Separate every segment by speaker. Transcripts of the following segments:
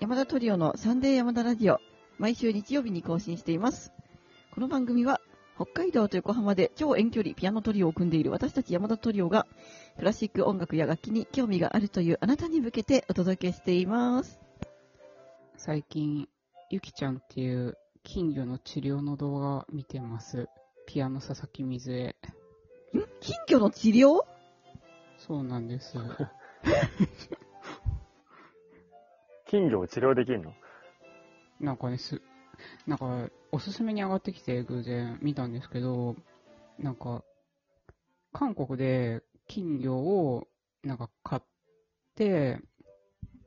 Speaker 1: 山田トリオのサンデー山田ラジオ、毎週日曜日に更新しています。この番組は、北海道と横浜で超遠距離ピアノトリオを組んでいる私たち山田トリオが、クラシック音楽や楽器に興味があるというあなたに向けてお届けしています。
Speaker 2: 最近、ゆきちゃんっていう金魚の治療の動画見てます。ピアノ佐々木水江。
Speaker 1: ん金魚の治療
Speaker 2: そうなんです。
Speaker 3: 金魚を治療できるの
Speaker 2: なんかね、す、なんか、おすすめに上がってきて偶然見たんですけど、なんか、韓国で金魚を、なんか買って、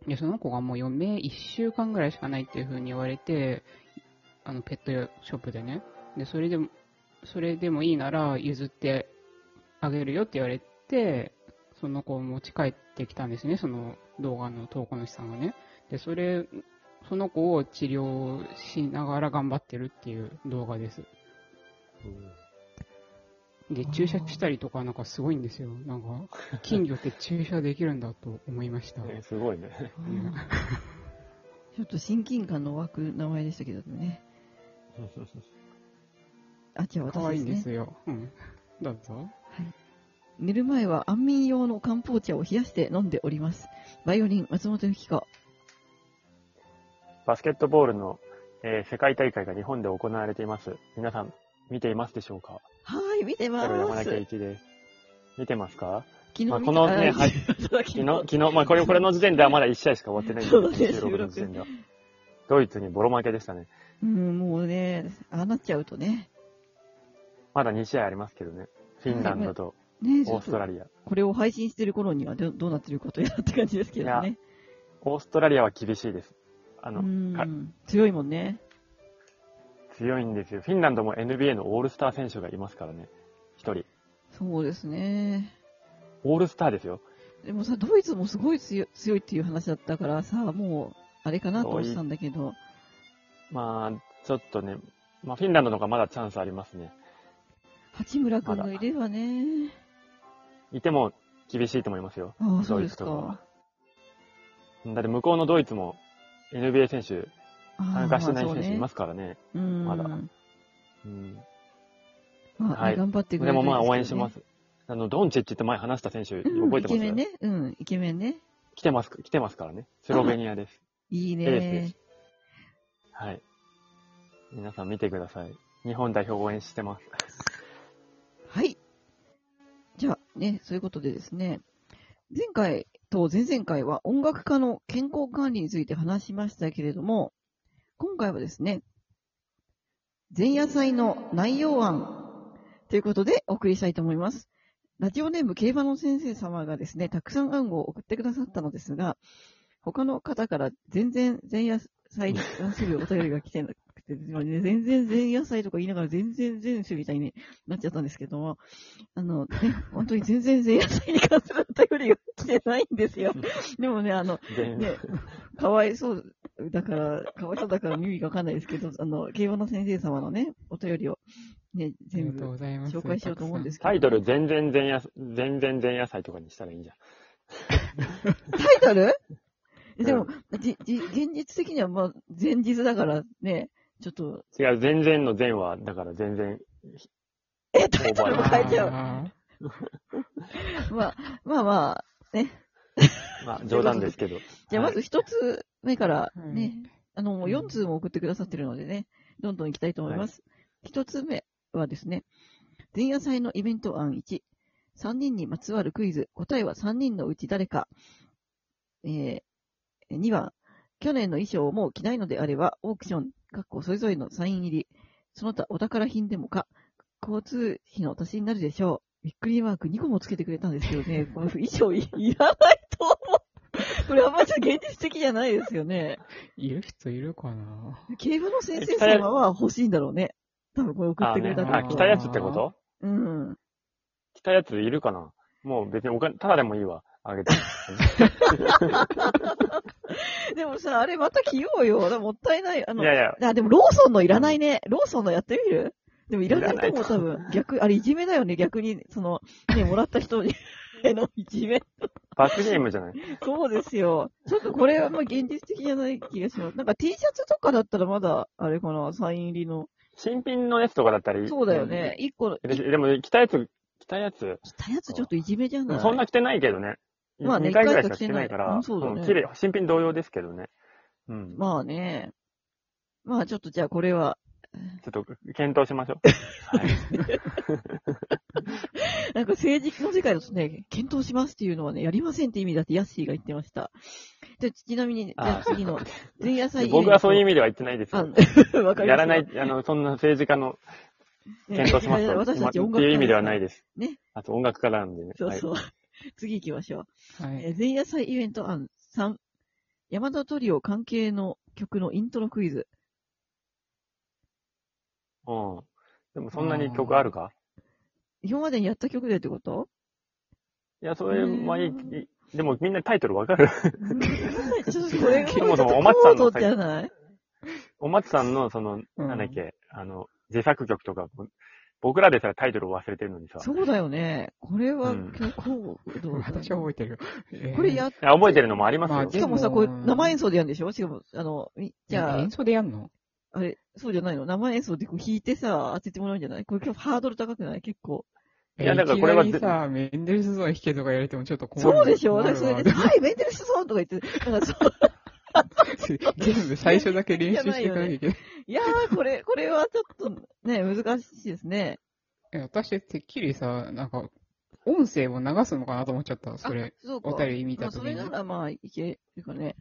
Speaker 2: いや、その子がもう余命1週間ぐらいしかないっていう風に言われて、あの、ペットショップでね。で、それでも、それでもいいなら譲ってあげるよって言われて、その子を持ち帰ってきたんですね、その動画の投稿主さんがね。で、それその子を治療しながら頑張ってるっていう動画です。で、
Speaker 1: あー
Speaker 2: 注射したりとかなんかすごいんですよ。なんか、 金魚って注射できるんだと思いました。
Speaker 3: ねすごい ね。
Speaker 2: ん
Speaker 1: ちょっと親近感の湧く名前でしたけどね。あ、じゃあ
Speaker 2: 可愛い
Speaker 1: 私
Speaker 2: ん
Speaker 1: で
Speaker 2: です
Speaker 1: ね。
Speaker 2: すよ。うん。どうぞ。
Speaker 1: 寝る前は安眠用の漢方茶を冷やして飲んでおります。バイオリン、松本由紀子。
Speaker 3: バスケットボールの、えー世界大会が日本で行われています。皆さん、見ていますでしょうか
Speaker 1: はーい、見てま
Speaker 3: これ山
Speaker 1: ー
Speaker 3: 中
Speaker 1: す。
Speaker 3: 一です。見てますか
Speaker 1: 昨日見
Speaker 3: ま
Speaker 1: た
Speaker 3: あ、このね、
Speaker 1: あ
Speaker 3: はい、
Speaker 1: 昨
Speaker 3: 昨日、昨日、まあ、これ、これの時点ではまだ1試合しか終わってないんですけ
Speaker 1: そ
Speaker 3: ど、
Speaker 1: うだね
Speaker 3: 収録の時点では。ドイツにボロ負けでしたね。
Speaker 1: うん、もうね、ああなっちゃうとね。
Speaker 3: まだ2試合ありますけどね。フィンランドと
Speaker 1: ね
Speaker 3: オーストラ
Speaker 1: リ
Speaker 3: リア。
Speaker 1: これを配信してる頃にはどどうなってることやらって感じですけどね。
Speaker 3: オーストラリアは厳しいです。あ
Speaker 1: う
Speaker 3: の、か
Speaker 1: ん、強いもんね。
Speaker 3: 強いんですよ。フィンランドも NBA のオールスター選手がいますからね。一人。
Speaker 1: そうですね。
Speaker 3: オールスターですよ。
Speaker 1: でもさ、ドイツもすごい強い強いっていう話だったからさ、もう、あれかなと思ってたんだけど、
Speaker 3: まあ、ちょっとね、まあ、フィンランドの方がまだチャンスありますね。
Speaker 1: 八村君がいればね。
Speaker 3: いても厳しいと思いますよ。
Speaker 1: ああ、そう
Speaker 3: ドイ
Speaker 1: です
Speaker 3: ツとかは
Speaker 1: か。。。
Speaker 3: だって向こうのドイツも NBA 選手、参加してない選手いますすからね。
Speaker 1: そうね
Speaker 3: まだ
Speaker 1: うん
Speaker 3: うん
Speaker 1: まあ、
Speaker 3: はい
Speaker 1: 頑張ってくれ
Speaker 3: で
Speaker 1: る
Speaker 3: もまあ応援しますす。あの、ドンチッチって前話した選手、
Speaker 1: けどね。うん
Speaker 3: 覚えてます、
Speaker 1: イケメンね。うん、イケメンね。
Speaker 3: 来てます、来てますからね。スロベニアです。
Speaker 1: いい
Speaker 3: エースで
Speaker 1: ね
Speaker 3: す。。はい。皆さん見てください。日本代表応援してます。
Speaker 1: はい。じゃあね、そういうことでですね、前回と前々回は音楽家の健康管理について話しましたけれども、今回はですね、前夜祭の内容案ということでお送りしたいと思います。ラジオネーム競馬の先生様がですね、たくさん案を送ってくださったのですが、他の方から全然前夜祭に関するお便りが来てなくて、全然前夜祭とか言いながら全然前週みたいになっちゃったんですけども、あの、ね、本当に全然前夜祭に関するお便りが来てないんですよ。でもね、あの、
Speaker 3: 全
Speaker 1: ね、かわいそうだから、かわいそうだから意味がわかんないですけど、あの、競馬の先生様のね、お便りをね、
Speaker 2: ありが
Speaker 1: 全
Speaker 2: と
Speaker 1: 部
Speaker 2: うございます。
Speaker 1: 紹介しようと思うんですけど。
Speaker 3: タイトル全然前夜、全然前夜祭とかにしたらいいんじゃん。
Speaker 1: タイトル
Speaker 3: ん
Speaker 1: でも、じ、じ、現実的にはまあ、前日だからね、ちょっと、
Speaker 3: 違う、全然の前は、だから全然、
Speaker 1: え、タイト
Speaker 2: た
Speaker 1: ル
Speaker 2: く
Speaker 1: も
Speaker 2: さん。
Speaker 1: 変えちゃう。
Speaker 2: あ
Speaker 1: まあ、まあまあ、
Speaker 3: まあ冗談ですけど。
Speaker 1: じゃあま
Speaker 3: はい
Speaker 1: ず一つ目から
Speaker 2: ー
Speaker 1: ね、あの、もう
Speaker 2: うん
Speaker 1: 4通も送ってくださってるのでね、どんどん行きたいと思います。一、つ目はですね、前夜祭のイベント案1、3人にまつわるクイズ、答えは3人のうち誰か。えー、2番、去年の衣装をもう着ないのであれば、オークション、かっこそれぞれのサイン入り、その他お宝品でもか、交通費の足しになるでしょう。びっくりマーク2個もつけてくれたんですけどね、この衣装いいらないと思う。これあんまり現実的じゃないですよね。
Speaker 2: いる人いるかな
Speaker 1: 競馬の先生様は欲しいんだろうね。多分これ送ってくれた
Speaker 3: あ、ね、あ、
Speaker 1: って
Speaker 3: 来
Speaker 1: こ
Speaker 3: た
Speaker 1: と
Speaker 3: やつってこと
Speaker 1: うん。
Speaker 3: 来たやついるかなもう別にお金、ただでもいいわ。あげて。
Speaker 1: でもさ、あれまた着ようよ。もったいない。あ
Speaker 3: い
Speaker 1: の、
Speaker 3: やいや、
Speaker 1: あ、でもローソンのいらないね。ローソンのやってみるでもいらないと思う、
Speaker 3: い
Speaker 1: 多分。逆、あれいじめだよね。逆に、その、ね、もらった人に。への一面。
Speaker 3: 罰ゲームじゃない
Speaker 1: そうですよ。ちょっとこれはまあ現実的じゃない気がします。なんか T シャツとかだったらまだ、あれかな、サイン入りの。
Speaker 3: 新品のやつとかだったらいい。
Speaker 1: そうだよね。。一個の、
Speaker 3: ででも、着たやつ、着たやつ、
Speaker 1: 着たやつちょっといじめじゃない
Speaker 3: そんな着てないけどね。
Speaker 1: まあね
Speaker 3: 2回ぐらいしか着てないから、
Speaker 1: 一回しか着てないうんそうだね
Speaker 3: ん綺麗、新品同様ですけどね。うん。
Speaker 1: まあね。まあちょっとじゃあこれは、
Speaker 3: ちょっと、検討しましょ う。はい。
Speaker 1: なんか政治の世界だとね、検討しますっていうのはね、やりませんって意味だってヤッシーが言ってました。でちなみに、じゃあ次の、前夜祭イベント
Speaker 3: 僕はそういう意味では言ってないですよ。
Speaker 1: あ わかりました
Speaker 3: やらない、あの、そんな政治家の検討します
Speaker 1: ねいやいや
Speaker 3: と
Speaker 1: 私たち
Speaker 3: ま
Speaker 1: 音
Speaker 3: って
Speaker 1: 楽
Speaker 3: い
Speaker 1: 家
Speaker 3: う意味ではないです。
Speaker 1: ね。
Speaker 3: あと音楽家なんでね。。
Speaker 1: そうそうう。次行きましょう。
Speaker 2: は
Speaker 1: え
Speaker 2: い。
Speaker 1: ー前夜祭イベント案3、山田トリオ関係の曲のイントロクイズ。
Speaker 3: うん。でもそんなに曲あるか
Speaker 1: 今までにやった曲でって こと
Speaker 3: いや、それはいい
Speaker 1: うん
Speaker 3: いい。でもみんなタイトルわかる
Speaker 1: ちょっとこれが、
Speaker 3: そもそもお松さんの
Speaker 1: ちょっと高度じゃない
Speaker 3: お松さんの、その、
Speaker 1: うん
Speaker 3: なんだっけ、あの、自作曲とか、僕らでさ、タイトルを忘れてるのにさ。
Speaker 1: そうだよね。これは
Speaker 3: うん
Speaker 1: 曲高度だね、
Speaker 2: 私は覚えてる。え ー
Speaker 1: これやっ
Speaker 3: いや覚えてるのもありますよ。
Speaker 2: まあ
Speaker 1: しかもさ、
Speaker 2: でも
Speaker 1: これ生演奏でやるんでしょしかも、あの、みじゃあ
Speaker 2: 演、奏でやんの
Speaker 1: あれ、そうじゃないの生演奏でこう弾いてさ、当ててもらうんじゃないこれ今日ハードル高くない結構。
Speaker 3: いやだからこれは
Speaker 2: えーいきなりさ、メンデルスゾーン弾けとかやれてもちょっと困る。
Speaker 1: そうでしょだか
Speaker 2: 困
Speaker 1: らそれ
Speaker 2: るわ
Speaker 1: で、はい、メンテルスソーンとか言って、なんかそう、
Speaker 2: 全部最初だけ練習していかなきゃいけない。
Speaker 1: いやー、これ、これはちょっとね、難しいですね。
Speaker 2: え私、てっきりさ、なんか、音声を流すのかなと思っちゃった、それ。
Speaker 1: あ、そうか。
Speaker 2: お便り見
Speaker 1: ま
Speaker 2: た
Speaker 1: あ、
Speaker 2: と
Speaker 1: そ
Speaker 2: き
Speaker 1: れ
Speaker 2: に。
Speaker 1: ならまあ、いけるかね。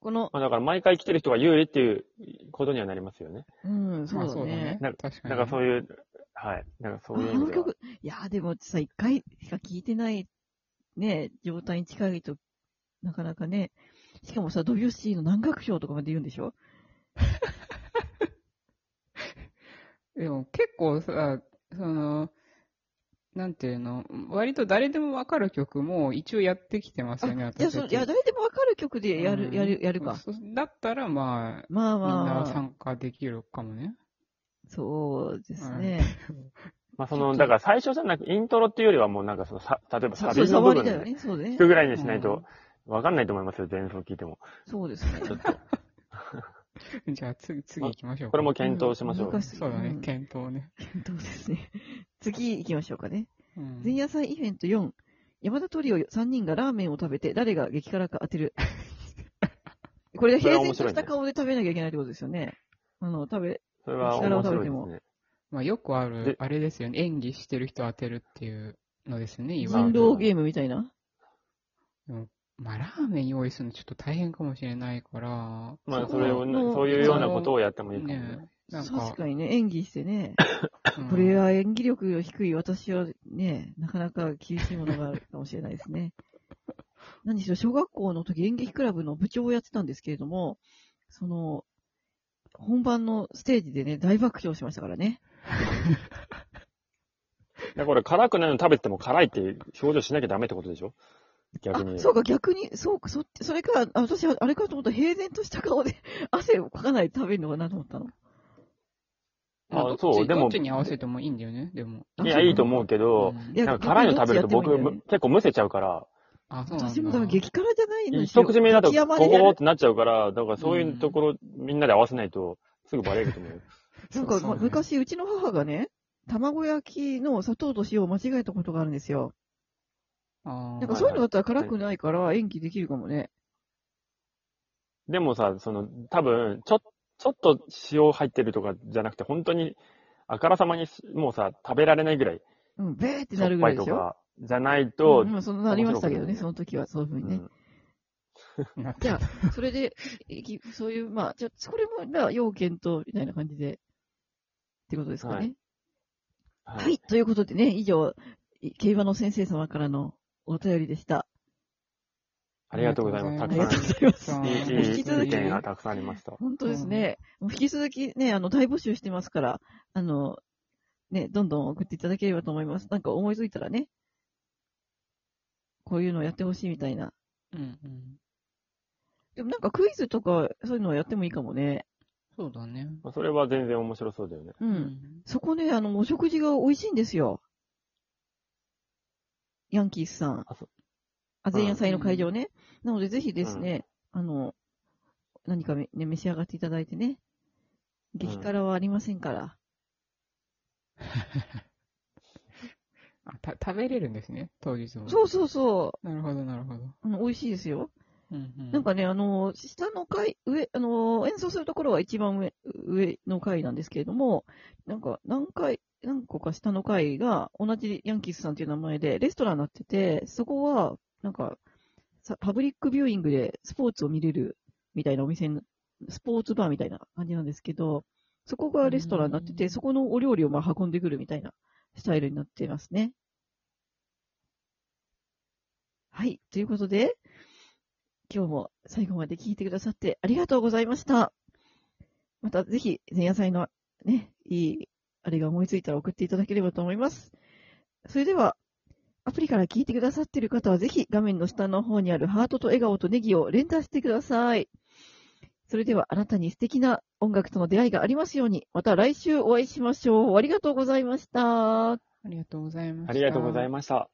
Speaker 1: この、
Speaker 3: まあだから毎回来てる人が有利っていうことにはなりますよね。
Speaker 1: うん、そ
Speaker 2: まあ
Speaker 1: うだ
Speaker 2: そうだね
Speaker 1: ね。。
Speaker 3: なん
Speaker 2: 確かに。
Speaker 3: なんかそういう、はい。なんか
Speaker 1: あ
Speaker 3: そういう意
Speaker 1: の
Speaker 3: 味では。
Speaker 1: 曲、いやー、でもさ、一回しか聴いてない、ね、状態に近いと、なかなかね、しかもさ、ドビュッシーの南楽章とかまで言うんでしょ
Speaker 2: でも結構さ、その、なんていうの、割と誰でもわかる曲も一応やってきてますよね、
Speaker 1: あじゃあ、その、いや、誰でもわかる曲でやる、やる、やるか。。
Speaker 2: 私たちうんそだったら、まあ、
Speaker 1: まあ
Speaker 2: みんな
Speaker 1: まあ、
Speaker 2: 参加できるかもね。
Speaker 1: そうですね。
Speaker 3: まあその、だから最初じゃなく、イントロっていうよりはもうなんかその、さ例えば
Speaker 1: さ
Speaker 3: サ
Speaker 1: そう、
Speaker 3: ビの
Speaker 1: 触
Speaker 3: 部
Speaker 1: り
Speaker 3: 分
Speaker 1: だよ
Speaker 3: で
Speaker 1: ね。そうね
Speaker 3: 聞。くぐらいにしないうと、わかんないと思いますよ、前奏聞いても。
Speaker 1: そうです ね。
Speaker 3: ちょっと、
Speaker 2: じゃあ、次、次行きましょう。
Speaker 3: これも検討しましょう
Speaker 1: 難。しい
Speaker 2: そうだ
Speaker 1: う
Speaker 2: ね
Speaker 1: ん、
Speaker 2: 検討ね。
Speaker 1: どうですね。次行きましょうかね。
Speaker 2: うん
Speaker 1: 前夜祭イベント4。山田トリオ3人がラーメンを食べて誰が激辛か当てる。これ、平然とした顔で食べなきゃいけないってことですよね。あの、食べ、
Speaker 3: それは面白いですね。
Speaker 2: まあ、よくある
Speaker 3: で、
Speaker 2: あれですよね。演技してる人当てるっていうのですね、今。
Speaker 1: 人狼ゲームみたいな。
Speaker 2: まあ、ラーメン用意するのちょっと大変かもしれないから、
Speaker 3: まあ、それをね、
Speaker 1: そう
Speaker 3: そういうようなことをやってもいいかもね。
Speaker 2: ねえなん
Speaker 1: 確
Speaker 2: か、
Speaker 1: かにね、演技してね。
Speaker 2: うん
Speaker 1: これは演技力が低い私はね、なかなか厳しいものがあるかもしれないですね。何しろ、小学校の時演劇クラブの部長をやってたんですけれども、その、本番のステージでね、大爆笑しましたからね。
Speaker 3: だからこれ辛くないの食べても辛いっていう表情しなきゃダメってことでしょ逆に。
Speaker 1: あ、そうか、逆に、そうか、そっち、それか、あ私は、あれかと思ったら平然とした顔で 汗をかかないで食べるのかなと思ったの。
Speaker 2: まあ、ど
Speaker 3: あ
Speaker 2: っち
Speaker 3: そうでも
Speaker 2: どっちに合わせてもいいんだよね、でも。
Speaker 1: あ
Speaker 3: いや、いいと思うけど、
Speaker 2: うん
Speaker 1: いや
Speaker 3: なんか辛いの食べると僕、
Speaker 1: 逆にどっちやってもいいんだよね
Speaker 3: む結構むせちゃうから、
Speaker 2: あ、そうなんだ。
Speaker 1: 私もだから激辛じゃないのに
Speaker 3: 一口目だと
Speaker 1: 激
Speaker 3: ゴ
Speaker 1: 甘
Speaker 3: ゴ
Speaker 1: でや
Speaker 3: ゴっ
Speaker 1: る。
Speaker 3: てなっちゃうから、だからそういうところみんなで合わせないと、すぐバレると思うよ。
Speaker 1: なんか、
Speaker 2: そうそう
Speaker 1: 昔、うちの母がね、卵焼きの砂糖と塩を間違えたことがあるんですよ。
Speaker 2: あ
Speaker 1: なん
Speaker 2: ー
Speaker 1: かそういうのだったら辛くないから演技できるかもね。
Speaker 3: でもさ、その、多分、ちょ、ちょっと塩入ってるとかじゃなくて、本当に、あからさまに、もうさ、食べられないぐらい、
Speaker 1: うん、べーって
Speaker 3: し
Speaker 1: な
Speaker 3: ょ
Speaker 1: る
Speaker 3: っ
Speaker 1: ぐら
Speaker 3: ぱ
Speaker 1: い
Speaker 3: い
Speaker 1: で
Speaker 3: と
Speaker 1: しょ。
Speaker 3: か、じゃない
Speaker 1: うん
Speaker 3: と、
Speaker 1: まあ、そんななりましたけどね、
Speaker 3: 面白くない
Speaker 1: その時は、そういうふうにね。
Speaker 2: なん
Speaker 1: じ
Speaker 2: か
Speaker 1: ゃあ、それで、いきそういう、まあ、じゃあ、これも、まあ、要件と、みたいな感じで、ってことですかね。
Speaker 3: うん
Speaker 1: はい、
Speaker 3: はい。
Speaker 1: ということでね、以上、い競馬の先生様からのお便りでした。
Speaker 3: ありがとうございます。
Speaker 1: あ
Speaker 3: た
Speaker 1: り
Speaker 3: く
Speaker 1: がとうございます。
Speaker 2: さん
Speaker 3: さん、い
Speaker 1: 引
Speaker 3: い、いい
Speaker 1: き
Speaker 3: 意
Speaker 1: 続き
Speaker 3: 見がたくさんありました。
Speaker 1: 本当ですね。もう引き続きね、あの、大募集してますから、あの、ね、どんどん送っていただければと思います。なんか思いついたらね、こういうのをやってほしいみたいな。
Speaker 2: うんうん。
Speaker 1: でもなんかクイズとか、そういうのをやってもいいかもね。
Speaker 2: そうだね。
Speaker 3: まあそれは全然面白そうだよね。
Speaker 1: う。。
Speaker 2: うん
Speaker 1: そこね、あの、お食事が美味しいんですよ。ヤンキースさん
Speaker 3: あそう。
Speaker 1: あ前夜祭の会場ね。なので、ぜひですね、あの、何かめね、召し上がっていただいてね。激辛はありませんから。
Speaker 2: あた食べれるんですね、当日も。
Speaker 1: そうそうそ
Speaker 2: なるほど、なるほど。
Speaker 1: う。あの美味しいですよ。
Speaker 2: うんうん
Speaker 1: なん、かね、あの、下の階、上、あの、演奏するところは一番上、上の階なんですけれども、なんか、何階、何個か下の階が、同じヤンキースさんっていう名前で、レストランになってて、そこは、なんか、さパブリックビューイングでスポーツを見れるみたいなお店に、スポーツバーみたいな感じなんですけど、そこがレストランになって
Speaker 2: う
Speaker 1: て、
Speaker 2: ん
Speaker 1: そこのお料理をまあ運んでくるみたいなスタイルになってますね。はい。ということで、今日も最後まで聞いてくださってありがとうございました。またぜひ、前夜祭のね、いい、あれが思いついたら送っていただければと思います。それでは、アプリから聞いてくださっている方はぜひ画面の下の方にあるハートと笑顔とネギを連打してください。それではあなたに素敵な音楽との出会いがありますように、また来週お会いしましょう。ありがとうございました。
Speaker 2: ありがとうございました。
Speaker 3: ありがとうござい
Speaker 2: ま
Speaker 3: ました。